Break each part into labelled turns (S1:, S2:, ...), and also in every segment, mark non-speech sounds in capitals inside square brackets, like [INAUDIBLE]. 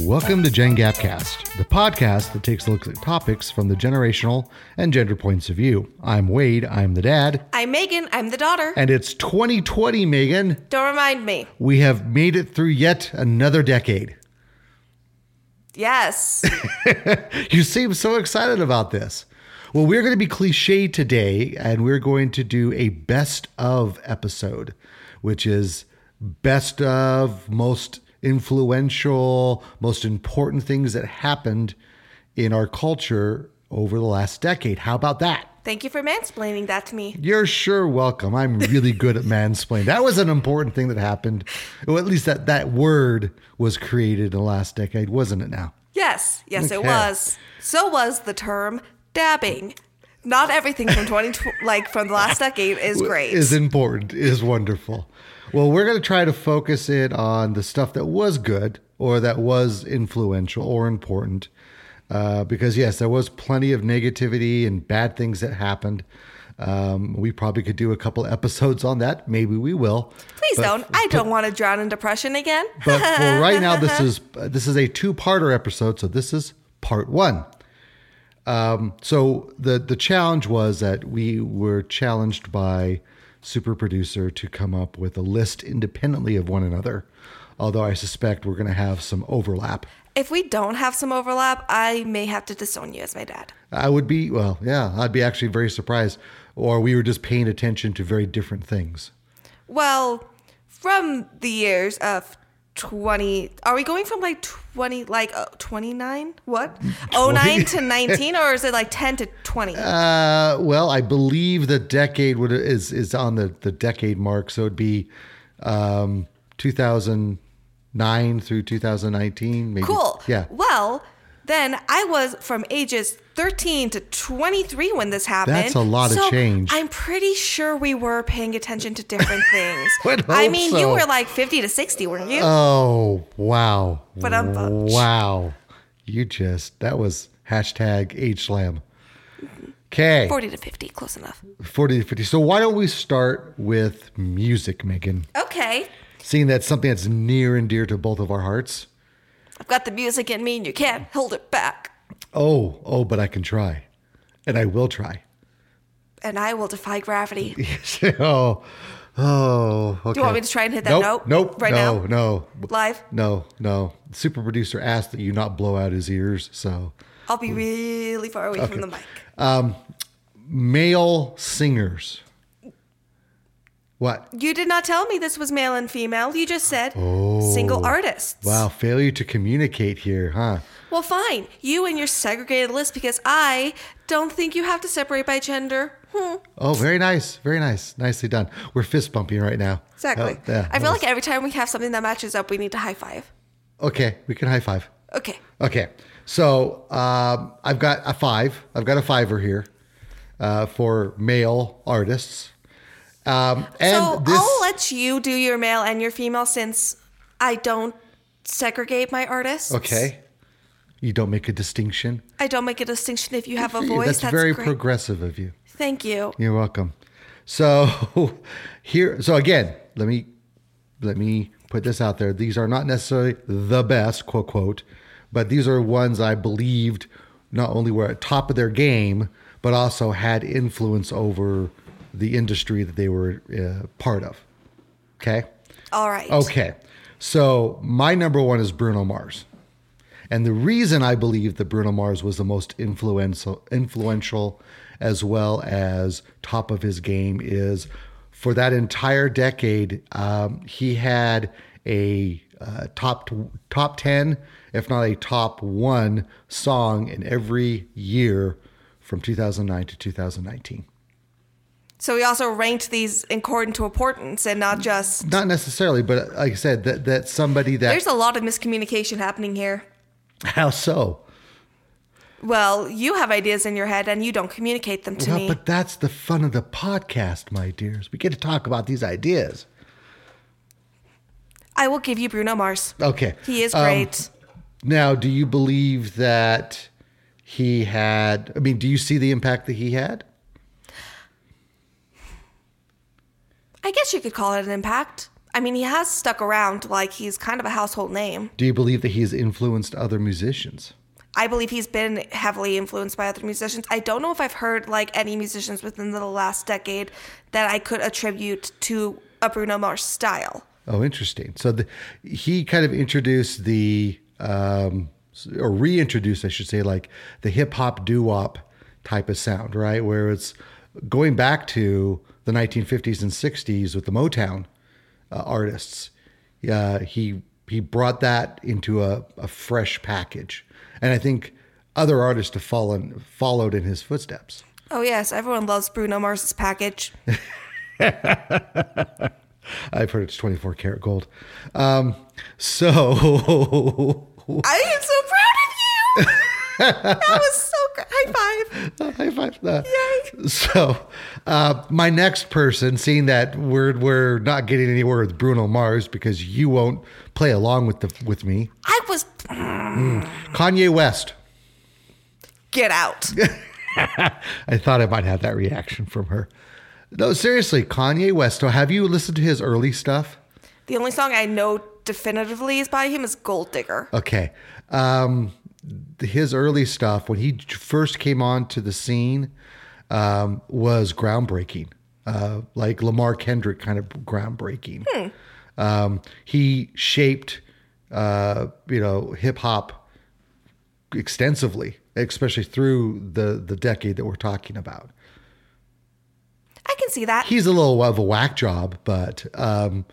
S1: Welcome to Gen Gapcast, the podcast that takes a look at topics from the generational and gender points of view. I'm Wade, I'm the dad,
S2: I'm Megan. I'm the daughter.
S1: and it's 2020, Megan.
S2: Don't remind me.
S1: We have made it through yet another decade.
S2: Yes. [LAUGHS]
S1: You seem so excited about this. Well, we're going to be cliche today, and we're going to do a best of episode, which is best of most influential, most important things that happened in our culture over the last decade. How about that?
S2: Thank you for mansplaining that to me.
S1: You're sure welcome. I'm really good at mansplaining. That was an important thing that happened. Well, at least that that word was created in the last decade, wasn't it now?
S2: Yes. Yes, it
S1: Okay.
S2: was. So was the term dabbing. Not everything from 20, [LAUGHS] like from the last decade is great.
S1: is important, is wonderful. Well, we're going to try to focus it on the stuff that was good or that was influential or important. Uh, because, yes, there was plenty of negativity and bad things that happened. Um, we probably could do a couple episodes on that. Maybe we will.
S2: Please don't. I don't want to drown in depression again. [LAUGHS]
S1: But for right now, this is this is a two-parter episode, so this is part one. Um, so the the challenge was that we were challenged by super producer to come up with a list independently of one another. Although I suspect we're going to have some overlap.
S2: if we don't have some overlap, I may have to disown you as my dad.
S1: I would be well, yeah, I'd be actually very surprised. Or we were just paying attention to very different things.
S2: Well, from the years of 20, are we going from like 20, like uh, 29?
S1: [LAUGHS]
S2: What? 09 to 19, or is it like 10 to 20?
S1: Uh, well, I believe the decade would is is on the the decade mark, so it'd be um, 2009 through 2019. Maybe.
S2: Cool.
S1: Yeah.
S2: Well, then I was from ages 13 to 23 when this happened.
S1: That's a lot of
S2: So
S1: change.
S2: I'm pretty sure we were paying attention to
S1: [LAUGHS]
S2: different things.
S1: Would
S2: I
S1: hope
S2: mean,
S1: so.
S2: you were like 50 to 60, weren't you?
S1: Oh wow!
S2: But I'm a-
S1: wow, you just that was hashtag age slam. Okay,
S2: 40 to 50, close enough.
S1: 40 to 50. So why don't we start with music, Megan?
S2: Okay.
S1: Seeing that's something that's near and dear to both of our hearts.
S2: I've got the music in me and you can't hold it back.
S1: Oh, oh, but I can try, and I will try.
S2: And I will
S1: [LAUGHS]
S2: defy gravity.
S1: oh, oh. Okay.
S2: you want me to try and hit that
S1: Nope,
S2: note
S1: Nope.
S2: right
S1: no,
S2: now?
S1: No.
S2: Live?
S1: No. No. Super producer asked that you not blow out his ears. So,
S2: I'll be really far away from the mic.
S1: male singers. What?
S2: You did not tell me this was male and female. You just said single artists.
S1: Oh, Wow. Failure to communicate here, huh?
S2: Well, fine. You and your segregated list because I don't think you have to separate by gender. Hmm.
S1: Oh, very nice. Very nice. Nicely done. We're fist bumping right now.
S2: Exactly.
S1: Oh, yeah,
S2: I feel
S1: that
S2: like every time we have something that matches up, we need to high five.
S1: was- Okay. We can high five.
S2: Okay.
S1: Okay. So um, I've got a five. I've got a fiver here uh, for male artists. Um, and
S2: so oh,
S1: this,
S2: I'll let you do your male and your female since I don't segregate my artists.
S1: okay. You don't make a distinction.
S2: I don't make a distinction if you have a
S1: For you.
S2: voice.
S1: that's,
S2: That's,
S1: very
S2: great.
S1: progressive of you.
S2: Thank you.
S1: You're welcome. So [LAUGHS] here, so again, let me let me put this out there. These are not necessarily the best, quote quote, but these are ones I believed not only were at top of their game, but also had influence over the industry that they were uh, part of. Okay.
S2: All right.
S1: Okay. So my number one is Bruno Mars. And the reason I believe that Bruno Mars was the most influential, influential as well as top of his game is for that entire decade, um, he had a uh, top top 10, if not a top one song in every year from 2009 to 2019.
S2: So we also ranked these according to importance and not just.
S1: Not necessarily, but like I said, that, that somebody that
S2: There's a lot of miscommunication happening here.
S1: How so?
S2: Well, you have ideas in your head and you don't communicate them to
S1: Well,
S2: me.
S1: but that's the fun of the podcast, my dears. We get to talk about these ideas.
S2: I will give you Bruno Mars.
S1: Okay.
S2: He is
S1: Um,
S2: great.
S1: now, do you believe that he had? I mean, do you see the impact that he had?
S2: I guess you could call it an impact. I mean, he has stuck around like he's kind of a household name.
S1: Do you believe that he has influenced other musicians?
S2: I believe he's been heavily influenced by other musicians. I don't know if I've heard like any musicians within the last decade that I could attribute to a Bruno Mars style.
S1: Oh, interesting. So the, he kind of introduced the, um, or reintroduced, I should say, like the hip hop doo wop type of sound, right? Where it's going back to the 1950s and 60s with the Motown uh, artists. Uh, he he brought that into a, a fresh package, and I think other artists have fallen followed in his footsteps.
S2: Oh yes, everyone loves Bruno Mars's package.
S1: I've heard it's 24 karat gold. Um, so.
S2: [LAUGHS]
S1: [LAUGHS]
S2: I am so proud of you. that was so great. High five.
S1: Oh, high five that. So, uh, my next person, seeing that we're we're not getting anywhere with Bruno Mars because you won't play along with the with me,
S2: I was
S1: Kanye West.
S2: get out.
S1: I thought I might have that reaction from her. No, seriously, Kanye West. So, have you listened to his early stuff?
S2: the only song I know definitively is by him is Gold Digger.
S1: Okay. Um, his early stuff, when he j- first came onto the scene, um, was groundbreaking, uh, like Lamar Kendrick kind of groundbreaking. Um, he shaped, uh, you know, hip hop extensively, especially through the, the decade that we're talking about.
S2: I can see that.
S1: He's a little of a whack job, but um,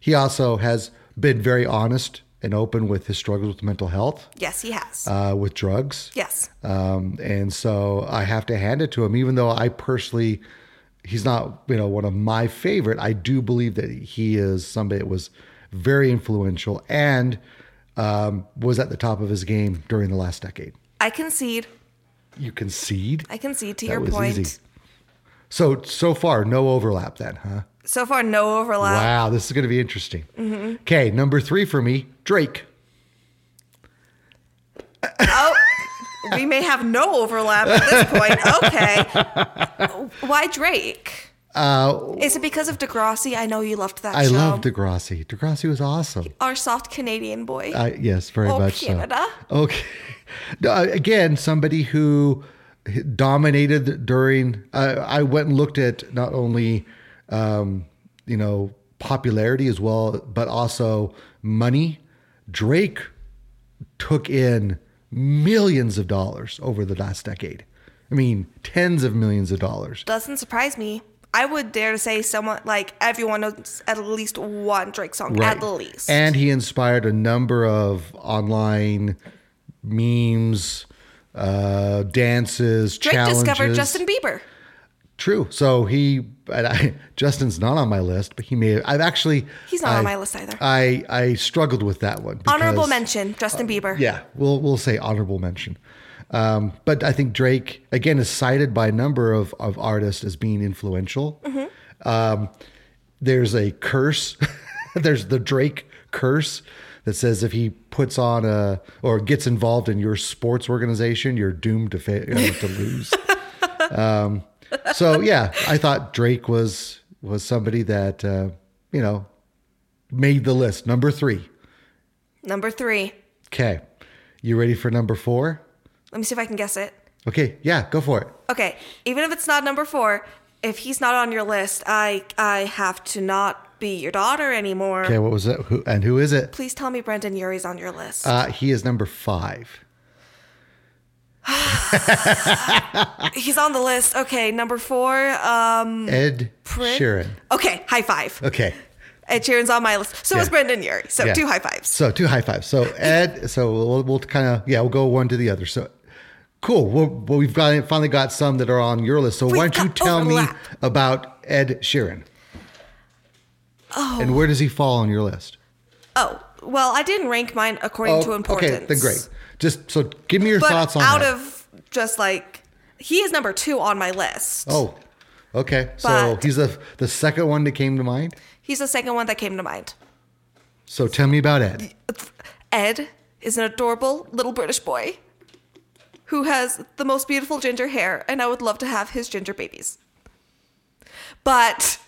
S1: he also has been very honest and open with his struggles with mental health,
S2: yes, he has.
S1: uh, with drugs.
S2: yes.
S1: Um, and so I have to hand it to him, even though I personally, he's not, you know, one of my favorite. I do believe that he is somebody that was very influential and um, was at the top of his game during the last decade.
S2: I concede.
S1: You concede?
S2: I concede to
S1: That
S2: your
S1: was
S2: point.
S1: easy. So, so far, no overlap then, huh?
S2: So far, no overlap.
S1: Wow, this is going to be interesting. Okay, number three for me, Drake.
S2: Oh, we may have no overlap at
S1: [LAUGHS]
S2: this point. Okay. Why Drake? Uh, Is it because of Degrassi? I know you loved that
S1: I
S2: show.
S1: love Degrassi. Degrassi was awesome.
S2: Our soft Canadian boy.
S1: Uh, yes, very
S2: Oh,
S1: much
S2: Canada.
S1: so. Okay. No, uh, Again, somebody who dominated during. Uh, I went and looked at not only, um, you know, popularity as well, but also money. Drake took in millions of dollars over the last decade. I mean, tens of millions of dollars.
S2: Doesn't surprise me. I would dare to say someone like everyone knows at least one Drake song, at least.
S1: And he inspired a number of online memes, uh, dances,
S2: Drake
S1: challenges.
S2: discovered Justin Bieber.
S1: True. So he, and I, [LAUGHS] Justin's not on my list, but he may. I've actually.
S2: He's not on
S1: I-
S2: my list either.
S1: I I struggled with that one.
S2: Honorable
S1: because-
S2: mention, Justin Bieber.
S1: uh, Yeah, we'll we'll say honorable mention. Um, but I think Drake again is cited by a number of of artists as being influential. Um, there's a curse. [LAUGHS] there's the Drake curse that says if he puts on a or gets involved in your sports organization, you're doomed to fa- uh, to lose. um, so yeah, I thought Drake was was somebody that uh, you know made the list number three.
S2: Number three.
S1: Okay. You ready for number four?
S2: Let me see if I can guess it.
S1: Okay. Yeah, go for it.
S2: Okay, even if it's not number four, if he's not on your list, I I have to not be your daughter anymore.
S1: Okay. What was it? Who, and who is it?
S2: Please tell me Brendan Urie's on your list.
S1: Uh, he is number five.
S2: he's on the list. Okay, number four. Um,
S1: Ed
S2: Prince-
S1: Sheeran.
S2: Okay, high five.
S1: Okay.
S2: Ed Sheeran's on my list. So is
S1: Yeah.
S2: Brendan Urie. So
S1: Yeah.
S2: two high fives.
S1: So two high fives. So Ed. So we'll, we'll kind of yeah. We'll go one to the other. So cool. Well, well we've got finally got some that are on your list. So why
S2: We've
S1: don't you
S2: got
S1: tell
S2: overlap.
S1: me about Ed Sheeran? Oh. And where does he fall on your list?
S2: Oh,
S1: Oh,
S2: well, I didn't rank mine according to importance.
S1: okay. Then great. Just so give me your
S2: But
S1: thoughts on
S2: out
S1: that.
S2: of just like he is number two on my list.
S1: Oh, okay. so
S2: But-
S1: he's the the second one that came to mind.
S2: He's the second one that came to mind.
S1: So tell me about Ed.
S2: Ed is an adorable little British boy who has the most beautiful ginger hair, and I would love to have his ginger babies. But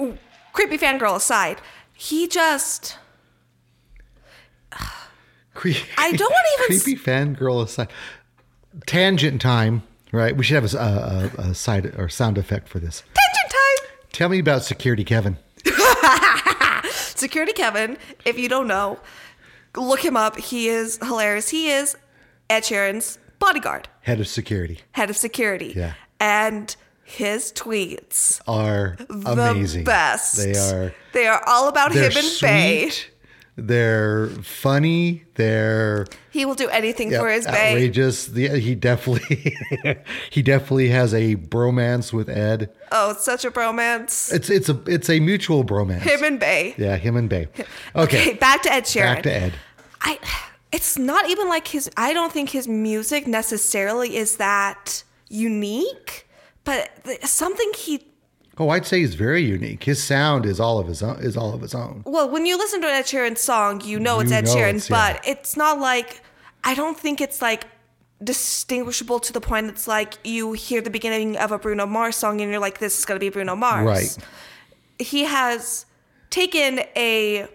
S2: ooh, creepy fangirl aside, he just
S1: Creepy,
S2: I don't
S1: [LAUGHS]
S2: wanna even
S1: creepy fangirl aside. Tangent time, right? We should have a, a, a- a side or sound effect for this.
S2: tangent time.
S1: Tell me about security, Kevin.
S2: Security Kevin, if you don't know, look him up. He is hilarious. He is Ed Sheeran's bodyguard,
S1: Head of security
S2: head of security.
S1: Yeah.
S2: And his tweets
S1: are amazing.
S2: the best.
S1: They are.
S2: They are all about
S1: They're
S2: him and Bay.
S1: sweet. They're funny. They're
S2: He will do anything
S1: yeah,
S2: for his Bay.
S1: outrageous. The, he definitely, [LAUGHS] he definitely has a bromance with Ed.
S2: Oh, it's such a bromance.
S1: It's it's a it's a mutual bromance.
S2: him and Bay.
S1: yeah, him and Bay.
S2: Okay,
S1: Okay,
S2: back to Ed Sheeran.
S1: back to Ed.
S2: I it's not even like his I don't think his music necessarily is that unique, but th- something he
S1: Oh, I'd say he's very unique. His sound is all of his own. Is all of his own.
S2: well, when you listen to an Ed Sheeran song, you know it's
S1: You
S2: Ed
S1: know
S2: Sheeran,
S1: it's- yeah.
S2: but it's not like I don't think it's like distinguishable to the point it's like you hear the beginning of a Bruno Mars song and you're like, this is gonna be Bruno Mars.
S1: Right.
S2: He has taken a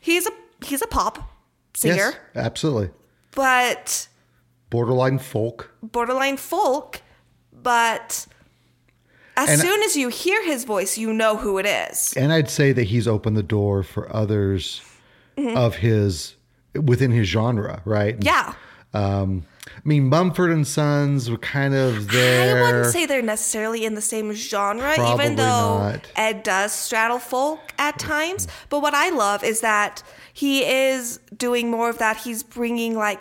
S2: he's a he's a pop singer,
S1: Yes, absolutely.
S2: but
S1: Borderline folk.
S2: borderline folk, but as
S1: And-
S2: soon as you hear his voice, you know who it is.
S1: And I'd say that he's opened the door for others of his within his genre, right?
S2: Mm-hmm. Yeah.
S1: Um, I mean, Mumford and Sons were kind of there.
S2: I wouldn't say they're necessarily in the same genre,
S1: Probably
S2: even though
S1: not.
S2: Ed does straddle folk at times. But what I love is that he is doing more of that. He's bringing like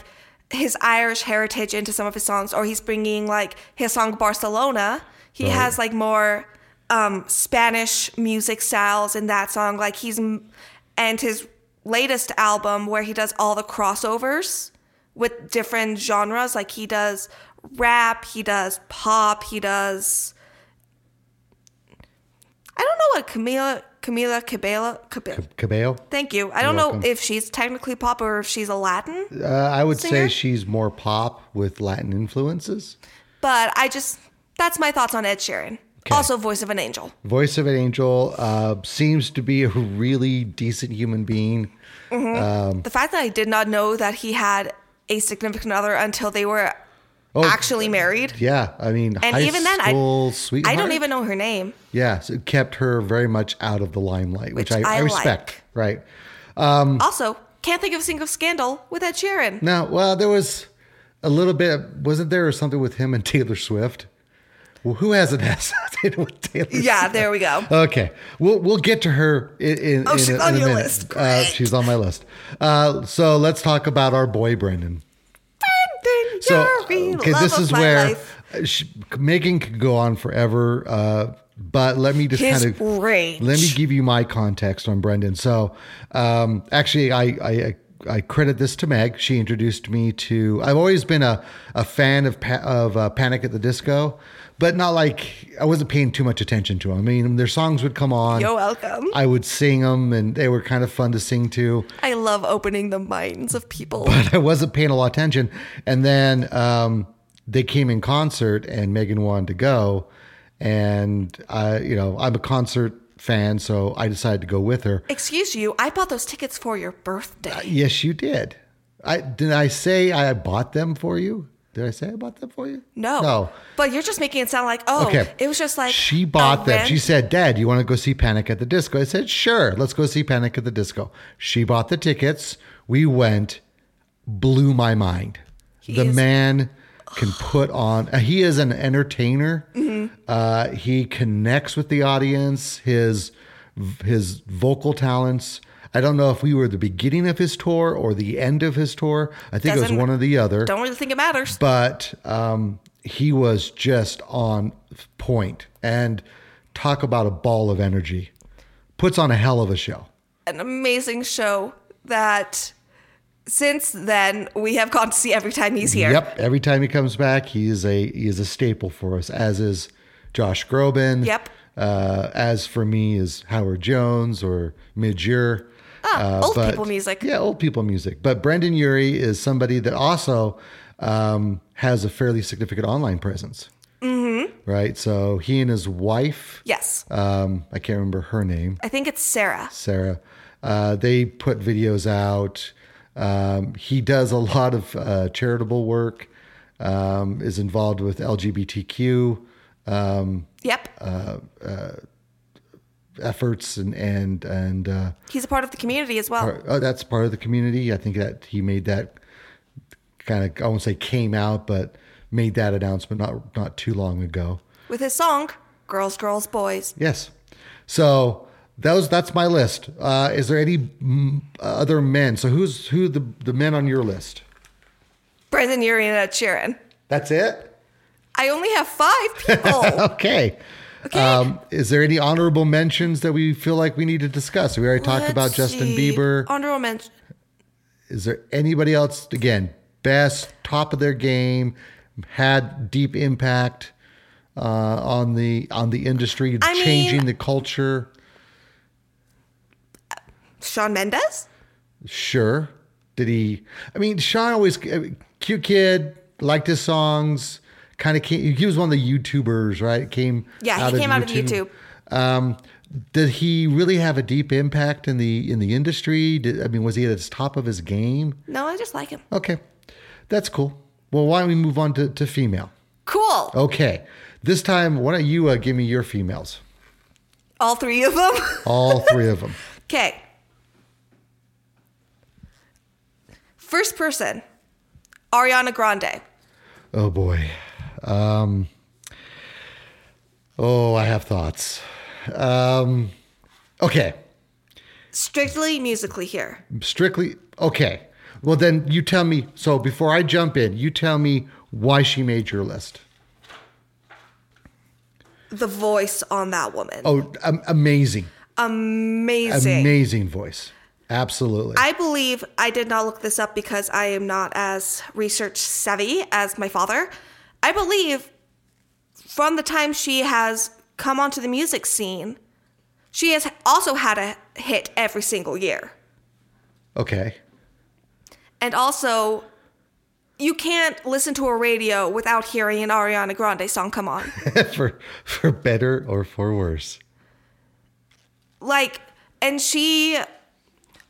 S2: his Irish heritage into some of his songs, or he's bringing like his song Barcelona. He
S1: Right.
S2: has like more um, Spanish music styles in that song. Like he's and his latest album where he does all the crossovers with different genres. Like he does rap, he does pop, he does. I don't know what Camila Camila Cabello. Cabello.
S1: Cabello.
S2: Thank you. I don't
S1: welcome.
S2: know if she's technically pop or if she's a Latin,
S1: Uh, I would say
S2: Singer?
S1: she's more pop with Latin influences.
S2: but I just that's my thoughts on Ed Sheeran. Also, voice of an angel.
S1: Voice of an Angel uh, seems to be a really decent human being. Mm.
S2: The fact that I did not know that he had a significant other until they were
S1: Oh.
S2: actually married.
S1: Yeah, I mean, high
S2: even then, I-
S1: school sweetheart.
S2: I don't even know her name.
S1: Yeah, so it kept her very much out of the limelight, which,
S2: Which
S1: I, I
S2: I
S1: respect. Right Mm.
S2: Also, can't think of a single scandal with Ed Sheeran.
S1: now, well, there was a little bit, wasn't there, or something with him and Taylor Swift? Well, who [LAUGHS] hasn't had something with Taylor?
S2: Yeah, there
S1: [LAUGHS]
S2: we go.
S1: Okay, we'll we'll get to her in. in
S2: Oh,
S1: in
S2: she's
S1: a- in
S2: on
S1: a
S2: your
S1: minute.
S2: list.
S1: Uh,
S2: Great.
S1: she's on my list. Uh, so let's talk about our boy Brendan. So uh, okay, this is where uh, sh Megan could go on forever, uh, but let me just
S2: His
S1: kind of
S2: range.
S1: let me give you my context on Brendan. So um, actually, I. I I credit this to Meg. She introduced me to. I've always been a, a fan of pa- of uh, Panic at the Disco, but not like I wasn't paying too much attention to them. I mean, their songs would come on.
S2: You're welcome.
S1: I would sing them, and they were kind of fun to sing to.
S2: I love opening the minds of people.
S1: [LAUGHS] I wasn't paying a lot of attention. And then um, they came in concert, and Megan wanted to go. And I, you know, I'm a concert fan, so I decided to go with her.
S2: Excuse you, I bought those tickets for your birthday.
S1: Yes, you did. I did. I say I bought them for you. Did I say I bought them for you?
S2: No.
S1: No.
S2: But you're just making it sound like, oh,
S1: Okay.
S2: it was just like. oh,
S1: She bought
S2: a
S1: them.
S2: rent-
S1: She said, Dad, you want to go see Panic at the Disco? I said, Sure, let's go see Panic at the Disco. She bought the tickets. We went, blew my mind. the
S2: is-
S1: man
S2: [SIGHS]
S1: can put on, uh, he is an entertainer.
S2: Mm-hmm.
S1: Uh, he connects with the audience, his, his vocal talents. I don't know if we were the beginning of his tour or the end of his tour. I think it
S2: Doesn't-
S1: was one or the other
S2: Don't really think it matters.
S1: but um, he was just on point and talk about a ball of energy. Puts on a hell of a show.
S2: An amazing show that since then, we have gone to see every time he's here.
S1: Yep. Every time he comes back, he is a he is a staple for us, as is Josh Groban.
S2: Yep.
S1: Uh, as for me is Howard Jones or Midgeur.
S2: Ah, old people music.
S1: Yeah, old people music. But Brendan Urie is somebody that also um, has a fairly significant online presence. Mm-hmm. Right. So he and his wife,
S2: Yes.
S1: um, I can't remember her name,
S2: I think it's Sarah.
S1: Sarah. Uh, they put videos out. Um, he does a lot of uh, charitable work. Um, is involved with LGBTQ
S2: Yep.
S1: Uh, efforts and and and uh,
S2: he's a part of the community as well.
S1: part- oh, that's part of the community. I think that he made that kind of I won't say came out, but made that announcement not not too long ago.
S2: With his song, Girls, Girls, Boys.
S1: Yes. So those that's my list. Uh, is there any mm, other men? So who's who the the men on your list?
S2: Brendan Urie and Ed Sheeran.
S1: That's it.
S2: I only
S1: [LAUGHS]
S2: have five people.
S1: Okay.
S2: Okay.
S1: Um, is there any honorable mentions that we feel like we need to discuss? We already talked
S2: Let's
S1: about Justin
S2: see.
S1: Bieber.
S2: Honorable mention.
S1: Is there anybody else? Again, best, top of their game, had deep impact uh, on the on the industry,
S2: I mean-
S1: changing the culture.
S2: Sean Mendes?
S1: Sure. Did he? I mean, Sean always I mean, cute kid, liked his songs. Kind of came. He was one of the YouTubers, right? Came.
S2: Yeah, he came out of YouTube.
S1: Um, did he really have a deep impact in the in the industry? Did, I mean, was he at the top of his game?
S2: No, I just like him.
S1: Okay, that's cool. Well, why don't we move on to, to female?
S2: Cool.
S1: Okay, this time, why don't you uh, give me your females?
S2: All three of them. [LAUGHS]
S1: All three of them.
S2: Okay. First person, Ariana Grande.
S1: Oh boy. Um, oh, I have thoughts. Um, okay,
S2: Strictly musically here.
S1: strictly okay. Well, then you tell me. So before I jump in, you tell me why she made your list.
S2: The voice on that woman.
S1: Oh, um, amazing,
S2: Amazing.
S1: amazing voice. Absolutely.
S2: I believe I did not look this up because I am not as research savvy as my father. I believe from the time she has come onto the music scene, she has also had a hit every single year.
S1: okay. [LAUGHS]
S2: And also, you can't listen to a radio without hearing an Ariana Grande song come on. [LAUGHS]
S1: for for better or for worse.
S2: like, and she,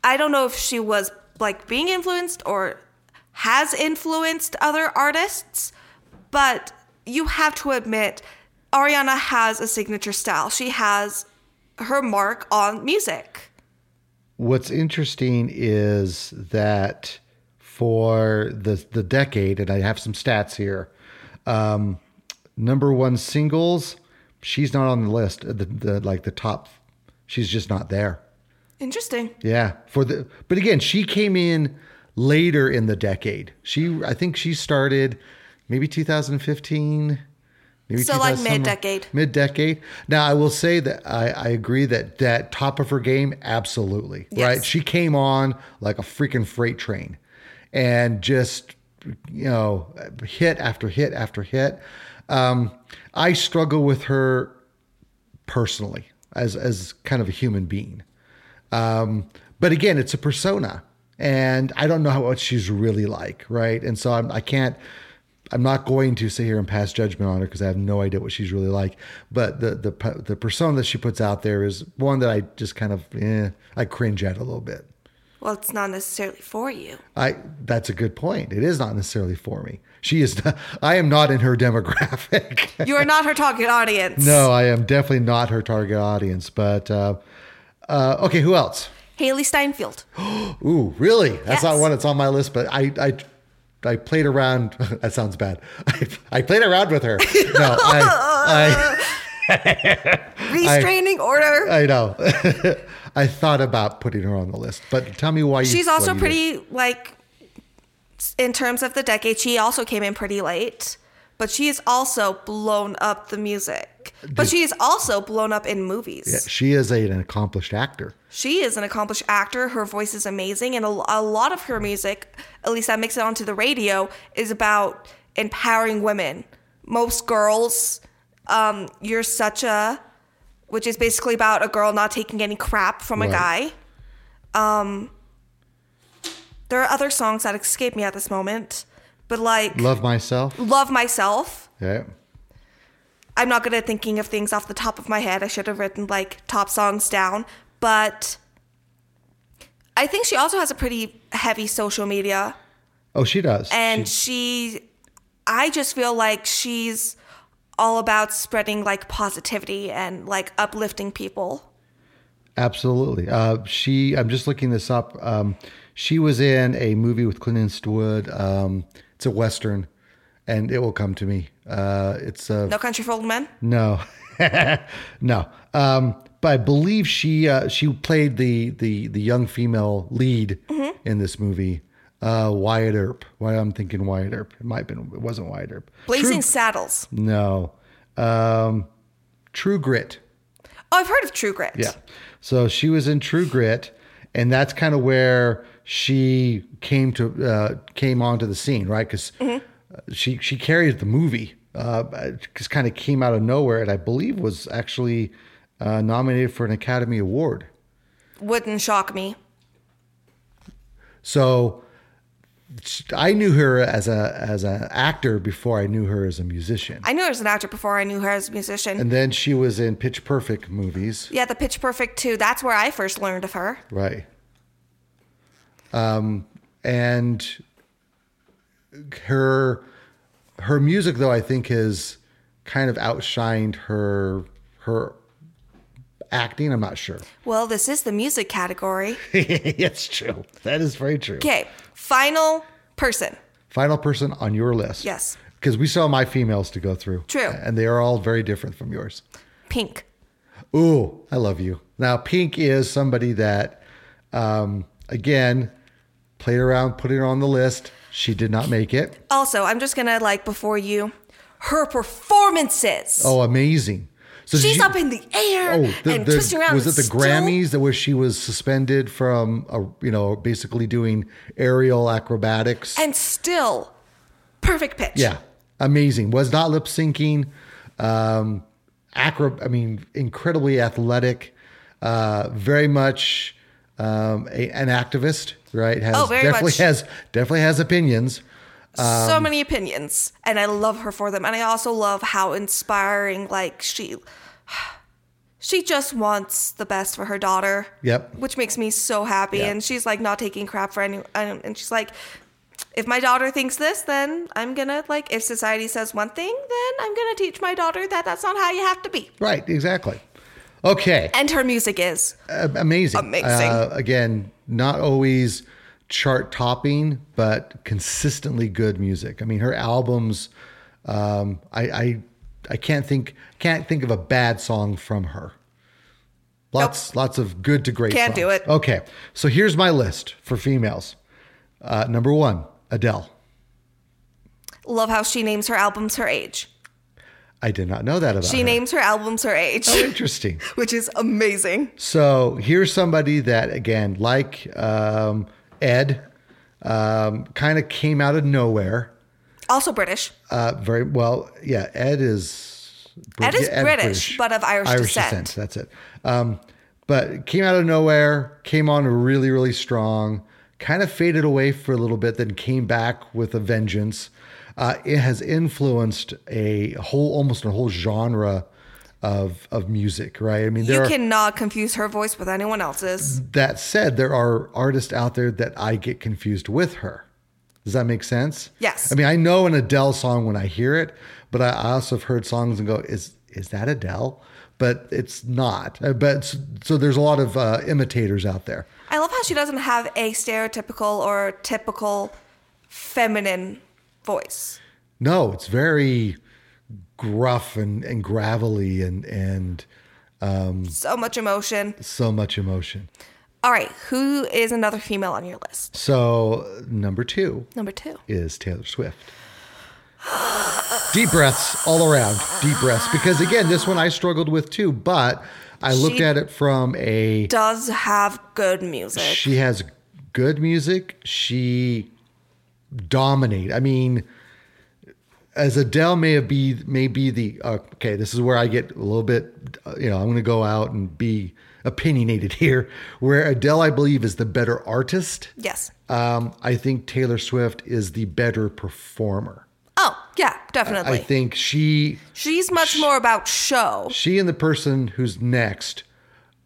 S2: I don't know if she was like being influenced or has influenced other artists, but you have to admit, Ariana has a signature style. She has her mark on music.
S1: What's interesting is that for the the decade, and I have some stats here. Um, number one singles, she's not on the list. The, the like the top, she's just not there.
S2: Interesting.
S1: Yeah, for the but again, she came in later in the decade. She I think she started maybe 2015, maybe
S2: So, like,
S1: 2000
S2: mid-decade.
S1: Mid-decade. Now I will say that I, I agree that that top of her game absolutely
S2: Yes.
S1: right. She came on like a freaking freight train, and just you know hit after hit after hit. Um, I struggle with her personally as as kind of a human being. Um, but again, it's a persona, and I don't know how what she's really like, right? And so I'm, I can't. I'm not going to sit here and pass judgment on her because I have no idea what she's really like. But the the pe- the persona that she puts out there is one that I just kind of eh, I cringe at a little bit.
S2: Well, it's not necessarily for you.
S1: I that's a good point. It is not necessarily for me. She is. Not, I am not in her demographic. [LAUGHS]
S2: You are not her target audience.
S1: no, I am definitely not her target audience. But uh, uh, okay, who else? [GASPS]
S2: Haley Steinfeld.
S1: Ooh, really? That's not
S2: Yes.
S1: one that's on my list, but I I I played around. [LAUGHS] That sounds bad. I, I played around with her. No, I
S2: Restraining order.
S1: I, I know. [LAUGHS] I thought about putting her on the list, but tell me why you.
S2: She's
S1: why
S2: also
S1: you
S2: pretty like in terms of the decade. She also came in pretty late, but she has also blown up the music. But she is also blown up in movies.
S1: Yeah, she is a- an accomplished actor.
S2: She is an accomplished actor. Her voice is amazing. And a, a lot of her music, at least that makes it onto the radio, is about empowering women. Most girls, um, you're such a, which is basically about a girl not taking any crap from a
S1: Right.
S2: guy. Um, there are other songs that escape me at this moment, but like
S1: Love myself.
S2: Love Myself.
S1: Yeah.
S2: I'm not good at thinking of things off the top of my head. I should have written like top songs down, but I think she also has a pretty heavy social media
S1: Oh, she does.
S2: and she, I just feel like she's all about spreading like positivity and like uplifting people.
S1: Absolutely. Uh, she. I'm just looking this up. Um, she was in a movie with Clint Eastwood. Um, it's a western, and it will come to me. Uh, it's a
S2: No Country for Old Men?
S1: no, [LAUGHS] no. Um, but I believe she uh, she played the the the young female lead in this movie. Uh, Wyatt Earp. Why I'm thinking Wyatt Earp. It might have been. It wasn't Wyatt Earp.
S2: Blazing Saddles.
S1: True, no. Um, True Grit.
S2: Oh, I've heard of True Grit.
S1: Yeah. So she was in True Grit, and that's kind of where she came to uh, came onto the scene, right? Because she she carried the movie, uh, just kind of came out of nowhere, and I believe was actually uh, nominated for an Academy Award.
S2: Wouldn't shock me.
S1: So sh- I knew her as a as an actor before I knew her as a musician,
S2: I knew her as an actor before I knew her as a musician.
S1: and then she was in Pitch Perfect movies,
S2: yeah, the Pitch Perfect 2, that's where I first learned of her.
S1: Right. Um, and her her music though I think has kind of outshined her her acting. I'm not sure. [LAUGHS]
S2: Well, this is the music category.
S1: That's true. That is very true.
S2: Okay, final person.
S1: Final person on your list.
S2: Yes.
S1: Because we saw my females to go through.
S2: True.
S1: And they are all very different from yours.
S2: Pink.
S1: Ooh, I love you. Now, Pink is somebody that, um, again, played around, put her on the list. She did not make it.
S2: Also, I'm just gonna like before you, her performances.
S1: Oh, amazing. So did
S2: She's
S1: you- Oh,
S2: up in the air
S1: the-
S2: and
S1: the-
S2: twisting around.
S1: Was it the
S2: still-
S1: Grammys that where she was suspended from, a, you know, basically doing aerial acrobatics?
S2: And still, perfect pitch.
S1: yeah, amazing. Was not lip syncing. Um, acro, I mean, incredibly athletic. Uh, very much um, a, an activist, right? Has,
S2: Oh, very
S1: definitely
S2: much.
S1: has definitely has opinions. um,
S2: so many opinions, and I love her for them. And I also love how inspiring. Like she, [SIGHS] she just wants the best for her daughter.
S1: Yep.
S2: which makes me so happy.
S1: Yeah.
S2: And she's like not taking crap for any, and and she's like, if my daughter thinks this, then I'm gonna like. If society says one thing, then I'm gonna teach my daughter that that's not how you have to be.
S1: Right. Exactly. Okay.
S2: And her music is
S1: A- amazing.
S2: Amazing.
S1: Uh, again, not always chart topping, but consistently good music. I mean, her albums. Um, I, I I can't think can't think of a bad song from her. Lots lots of good to great.
S2: Can't do
S1: songs.
S2: it.
S1: Okay, so here's my list for females. Uh, number one, Adele.
S2: love how she names her albums her age.
S1: I did not know that about
S2: She
S1: her.
S2: names her albums
S1: [LAUGHS]
S2: her age,
S1: Oh, interesting.
S2: which is amazing.
S1: So here's somebody that, again, like um, Ed, um, kind of came out of nowhere.
S2: Also British.
S1: Uh, very well, yeah. Ed is
S2: Ed is
S1: yeah,
S2: British, but of Irish descent.
S1: That's it. Um, but came out of nowhere, came on really, really strong. Kind of faded away for a little bit, then came back with a vengeance. Uh, it has influenced a whole, almost a whole genre of of music, right? I mean, there
S2: you
S1: are,
S2: cannot confuse her voice with anyone else's.
S1: that said, there are artists out there that I get confused with her. Does that make sense?
S2: Yes.
S1: I mean, I know an Adele song when I hear it, but I I also have heard songs and go, "Is is that Adele?" But it's not. Uh, But s- so there's a lot of uh, imitators out there.
S2: I love how she doesn't have a stereotypical or typical feminine voice.
S1: No, it's very gruff and, and gravelly and and
S2: So much emotion.
S1: so much emotion.
S2: All right, who is another female on your list?
S1: So number two
S2: Number two.
S1: is Taylor Swift. Deep breaths all around. Deep breaths. Because again, this one I struggled with too, but I looked
S2: She-
S1: at it from a
S2: Does have good music.
S1: she has good music. She dominate. I mean, as Adele may have be may be the uh, okay. This is where I get a little bit. uh, You know, I'm going to go out and be opinionated [LAUGHS] here. Where Adele, I believe, is the better artist.
S2: Yes.
S1: Um, I think Taylor Swift is the better performer.
S2: Oh, yeah, definitely.
S1: I think she
S2: She's much more about show.
S1: she and the person who's next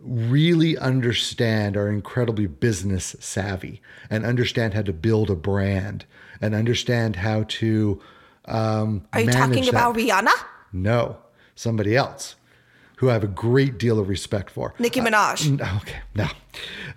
S1: really understand are incredibly business savvy and understand how to build a brand and understand how to um
S2: Are you
S1: manage
S2: talking
S1: that.
S2: about Rihanna?
S1: no somebody else who I have a great deal of respect for
S2: Nicki Minaj.
S1: N- okay no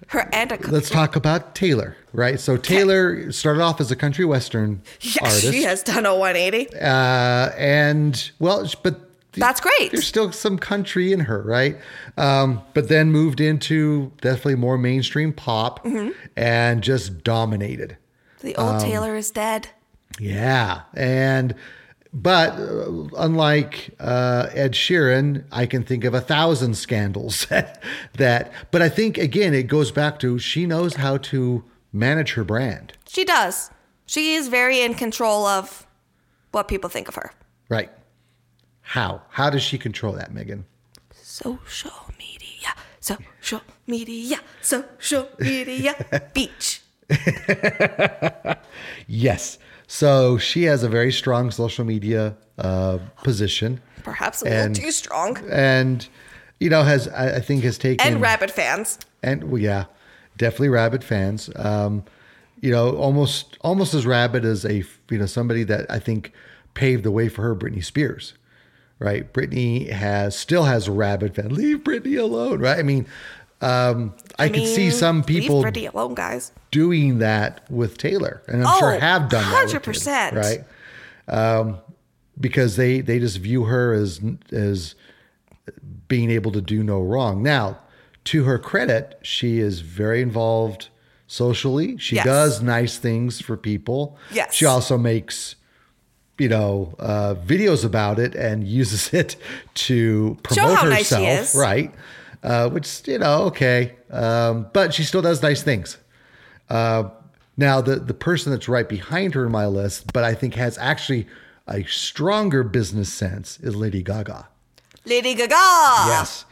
S2: her and a [LAUGHS]
S1: let's talk about Taylor right so Taylor started off as a country western
S2: yeah,
S1: artist
S2: she has done a 180.
S1: uh and well but
S2: That's
S1: there's
S2: great.
S1: still some country in her, right? Um, but then moved into definitely more mainstream pop and just dominated.
S2: The
S1: um,
S2: old Taylor is dead.
S1: Yeah. And, but uh, unlike uh, Ed Sheeran, I can think of a thousand scandals [LAUGHS] that, but I think again, it goes back to she knows how to manage her brand,
S2: She does. She is very in control of what people think of her.
S1: right? How? How does she control that, Megan?
S2: Social media, social media, social
S1: [LAUGHS]
S2: media, beach.
S1: Yes. So she has a very strong social media uh, position,
S2: Perhaps a little
S1: And-
S2: too strong.
S1: and you know has I I think has taken
S2: And rabbit fans.
S1: and well, yeah, definitely rabid fans. Um, you know, almost almost as rabid as a you know somebody that I think paved the way for her, Britney Spears. Right, Britney has still has rabid fan. Leave Britney alone, right? I mean, um, I, could see
S2: mean,
S1: some people
S2: Leave pretty alone, guys.
S1: doing that with Taylor, and I'm sure
S2: Oh,
S1: have done that. Hundred
S2: 100%.
S1: right? Um, because they they just view her as as being able to do no wrong. Now, to her credit, she is very involved socially. She
S2: Yes.
S1: does nice things for people.
S2: Yes.
S1: She also makes you know uh, videos about it and uses it to promote
S2: how nice she
S1: herself.
S2: is.
S1: Right. Uh, which you know, okay, um, but she still does nice things. Uh, Now, the the person that's right behind her in my list, but I think has actually a stronger business sense is Lady Gaga.
S2: Lady Gaga.
S1: Yes,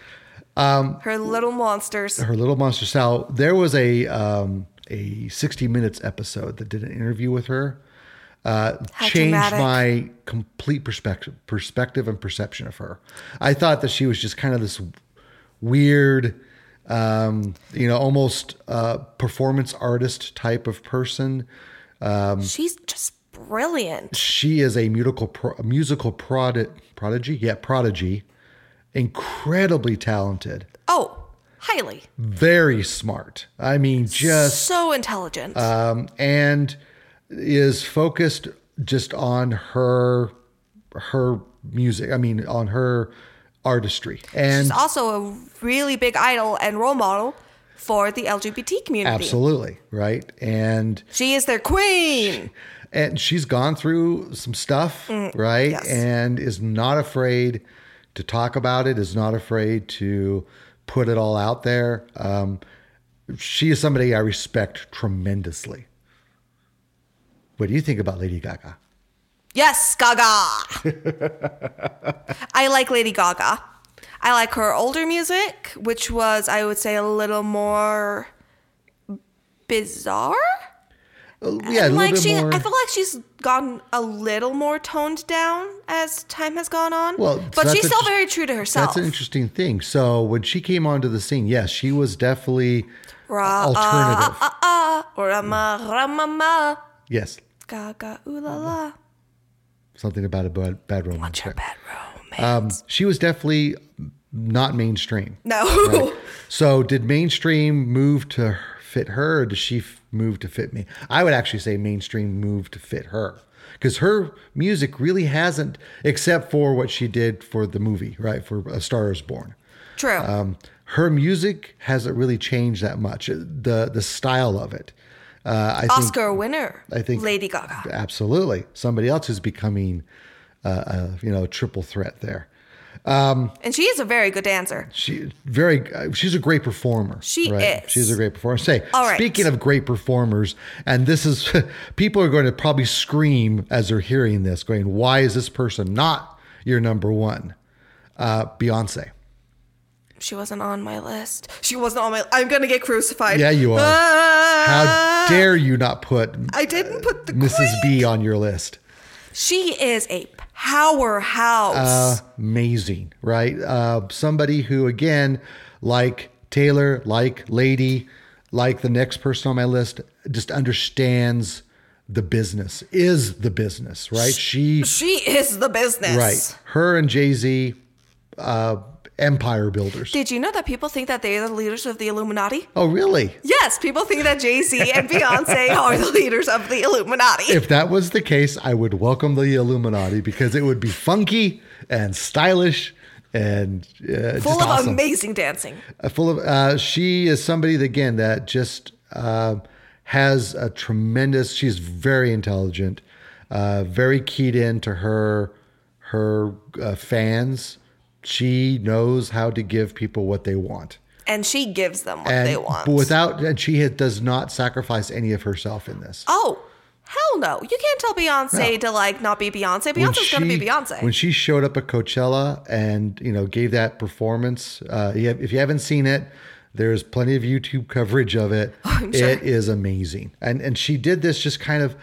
S2: Her little monsters.
S1: her Little Monster Sal. There was a um, a sixty Minutes episode that did an interview with her. Uh,
S2: How
S1: changed
S2: dramatic.
S1: my complete perspective, perspective and perception of her. I thought that she was just kind of this weird, um, you know, almost uh, performance artist type of person. Um,
S2: She's just brilliant.
S1: she is a musical pro- a musical prodi- prodigy. Yeah, prodigy. Incredibly talented,
S2: Oh, highly.
S1: very smart. I mean, just
S2: So intelligent.
S1: um, and is focused just on her her music. I mean, on her artistry and
S2: She's also a really big idol and role model for the LGBT community.
S1: absolutely right. And
S2: She is their queen.
S1: and she's gone through some stuff, right?
S2: Mm, yes.
S1: And is not afraid to talk about it. Is not afraid to put it all out there. Um, she is somebody I respect tremendously. What do you think about Lady Gaga?
S2: Yes,
S1: [LAUGHS]
S2: Gaga. I like Lady Gaga. I like her older music, which was, I would say, a little more bizarre.
S1: Uh, yeah, a little
S2: like
S1: bit
S2: she,
S1: more.
S2: I feel like she's gone a little more toned down as time has gone on.
S1: Well, so
S2: but
S1: that's
S2: she's
S1: a-
S2: still very true to herself.
S1: That's an interesting thing. So when she came onto the scene, yes, she was definitely
S2: Ra-
S1: alternative.
S2: Ah ah, rama rama ma,
S1: yes,
S2: Gaga ooh la
S1: Mm-hmm.
S2: la.
S1: something about a bad, bad romance.
S2: Watch your bedroom.
S1: Um, she was definitely not mainstream.
S2: no.
S1: So did mainstream move to fit her or does she f- move to fit me? I would actually say mainstream moved to fit her because her music really hasn't, except for what she did for the movie, right? For A Star is Born.
S2: [LAUGHS] True.
S1: Um, her music hasn't really changed that much. The, the style of it. Uh, I think
S2: Oscar winner.
S1: I think-
S2: Lady Gaga.
S1: absolutely somebody else who's becoming uh, uh, you know, triple threat there.
S2: And she is a very good dancer.
S1: She very uh, she's a great performer.
S2: She
S1: right?
S2: is.
S1: She's a great performer. Say,
S2: All right.
S1: speaking of great performers, and this is [LAUGHS] people are going to probably scream as they're hearing this, going, "Why is this person not your number one?" Uh, Beyonce.
S2: She wasn't on my list. She wasn't on my I'm going to get crucified.
S1: Yeah, you are. How
S2: Ah!
S1: dare you not put
S2: I didn't put the
S1: Mrs.
S2: queen.
S1: B on your list?
S2: She is a powerhouse.
S1: amazing, right? Uh, somebody who, again, like Taylor, like Lady, like the next person on my list, just understands the business, is the business, right? She,
S2: she is the business.
S1: right? Her and Jay Z, uh, empire builders.
S2: Did you know that people think that they are the leaders of the Illuminati?
S1: Oh, really?
S2: Yes, people think that Jay Z and
S1: [LAUGHS]
S2: Beyonce are the leaders of the Illuminati.
S1: If that was the case, I would welcome the Illuminati because it would be funky and stylish and uh,
S2: Full
S1: just
S2: of
S1: awesome.
S2: amazing dancing.
S1: Uh, full of uh, she is somebody that, again that just uh, has a tremendous she's very intelligent uh, very keyed in to her her uh, fans she knows how to give people what they want
S2: And she gives them what
S1: and
S2: they want.
S1: but without and she had, does not sacrifice any of herself in this
S2: oh, hell no. You can't tell Beyonce to like not be Beyonce.
S1: When
S2: Beyonce's going to
S1: she-
S2: be Beyonce.
S1: When she showed up at Coachella and you know gave that performance, uh, you have- if you haven't seen it, there's plenty of YouTube coverage of it.
S2: [LAUGHS] I'm sure.
S1: It is amazing, and and she did this just kind of,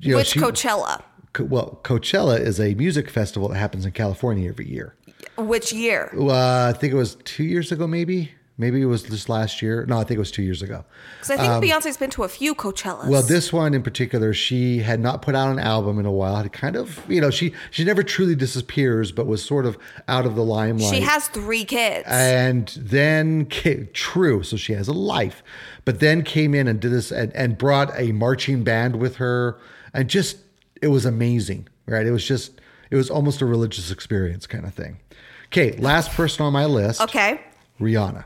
S1: you know,
S2: Which
S1: she,
S2: Coachella?
S1: Co- well, Coachella is a music festival that happens in California every year.
S2: Which year?
S1: Uh, I think it was two years ago, maybe. Maybe it was just last year. No, I think it was two years ago.
S2: Because I think Beyonce's been to a few Coachellas.
S1: Um, Well, this one in particular, she had not put out an album in a while. Had kind of, you know, she she never truly disappears, but was sort of out of the limelight.
S2: she has three kids.
S1: and then ca- true, so she has a life, but then came in and did this and, and brought a marching band with her, and just it was amazing, right? It was just it was almost a religious experience kind of thing. Okay, last person on my list,
S2: okay.
S1: Rihanna.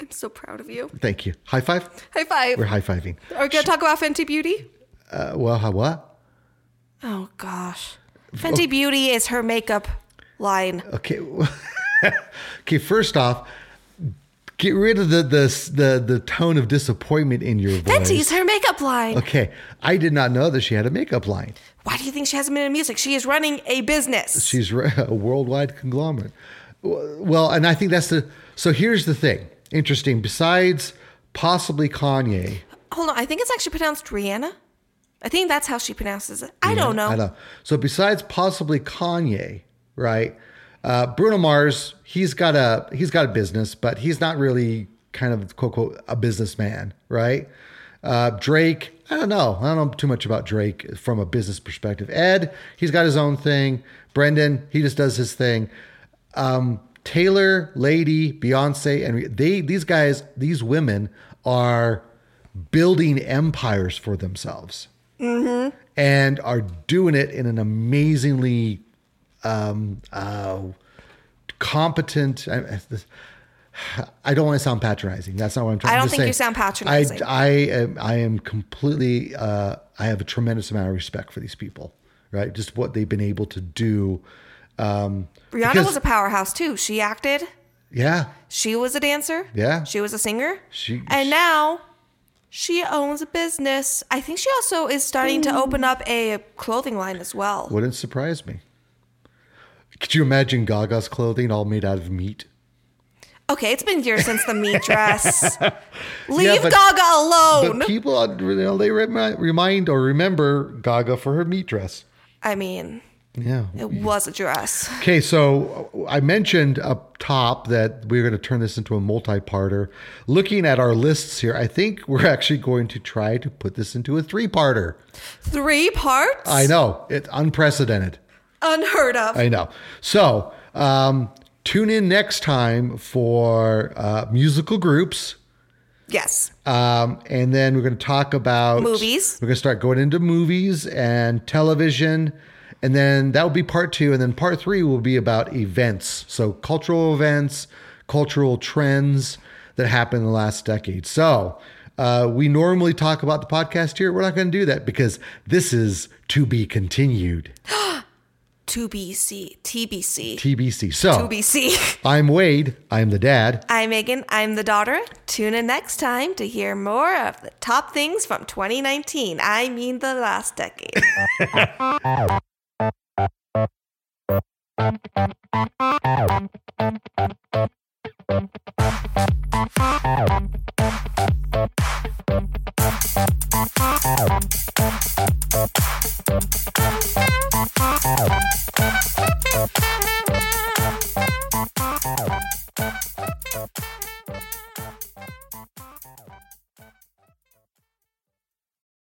S2: I'm so proud of you.
S1: Thank you. High five.
S2: High five.
S1: We're
S2: Are
S1: high fiving.
S2: we going to talk about Fenty Beauty?
S1: Uh, well, how what?
S2: Oh, gosh. Fenty Beauty is her makeup line.
S1: Okay. [LAUGHS] okay. First off, get rid of the the the, the tone of disappointment in your voice.
S2: Fenty's her makeup line.
S1: Okay, I did not know that she had a makeup line.
S2: Why do you think she hasn't been in music? She is running a business.
S1: She's re- [LAUGHS] a worldwide conglomerate. W- Well, and I think that's the. So here's the thing. Interesting. Besides possibly Kanye,
S2: Hold on, I think it's actually pronounced Rihanna. I think that's how she pronounces it. I don't know.
S1: I know. So besides possibly Kanye, right? Uh, Bruno Mars, he's got a he's got a business, but he's not really kind of quote quote a businessman, right? Uh, Drake, I don't know. I don't know too much about Drake from a business perspective. Ed, he's got his own thing. Brendan, he just does his thing. Um, Taylor, Lady, Beyonce, and they these guys, these women are building empires for themselves and are doing it in an amazingly um, uh, competent. I, I- this- I don't want to sound patronizing. That's not what I'm trying.
S2: I
S1: I'm
S2: don't
S1: just
S2: think
S1: saying,
S2: you sound patronizing.
S1: I, I am. I am completely. Uh, I have a tremendous amount of respect for these people. Right, just what they've been able to do. Um,
S2: Rihanna
S1: because-
S2: was a powerhouse too. She acted.
S1: yeah.
S2: She was a dancer.
S1: Yeah.
S2: She was a singer.
S1: She-
S2: and now she owns a business. I think she also is starting to open up a clothing line as well.
S1: Wouldn't surprise me. Could you imagine Gaga's clothing all made out of meat?
S2: Okay, it's been years since the
S1: [LAUGHS]
S2: meat dress. Leave
S1: but-
S2: Gaga alone.
S1: But people, are- you know, they remi- remind or remember Gaga for her meat dress.
S2: I mean,
S1: Yeah.
S2: it was a dress.
S1: Okay, so uh, I mentioned up top that we are going to turn this into a multi-parter. Looking at our lists here, I think we're actually going to try to put this into a three-parter.
S2: Three parts?
S1: I know it's unprecedented.
S2: Unheard of.
S1: I know. So um, tune in next time for uh, musical groups.
S2: yes.
S1: Um, and then we're going to talk about
S2: Movies.
S1: We're going to start going into movies and television. And then that will be part two. And then part three will be about events. So, cultural events, cultural trends that happened in the last decade. So, Uh, we normally talk about the podcast here. We're not going to do that because this is to be continued.
S2: To BC, TBC,
S1: TBC. So
S2: TBC.
S1: I'm Wade. I'm the dad.
S2: [LAUGHS] I'm Megan. I'm the daughter. Tune in next time to hear more of the top things from 2019. I mean, the last decade.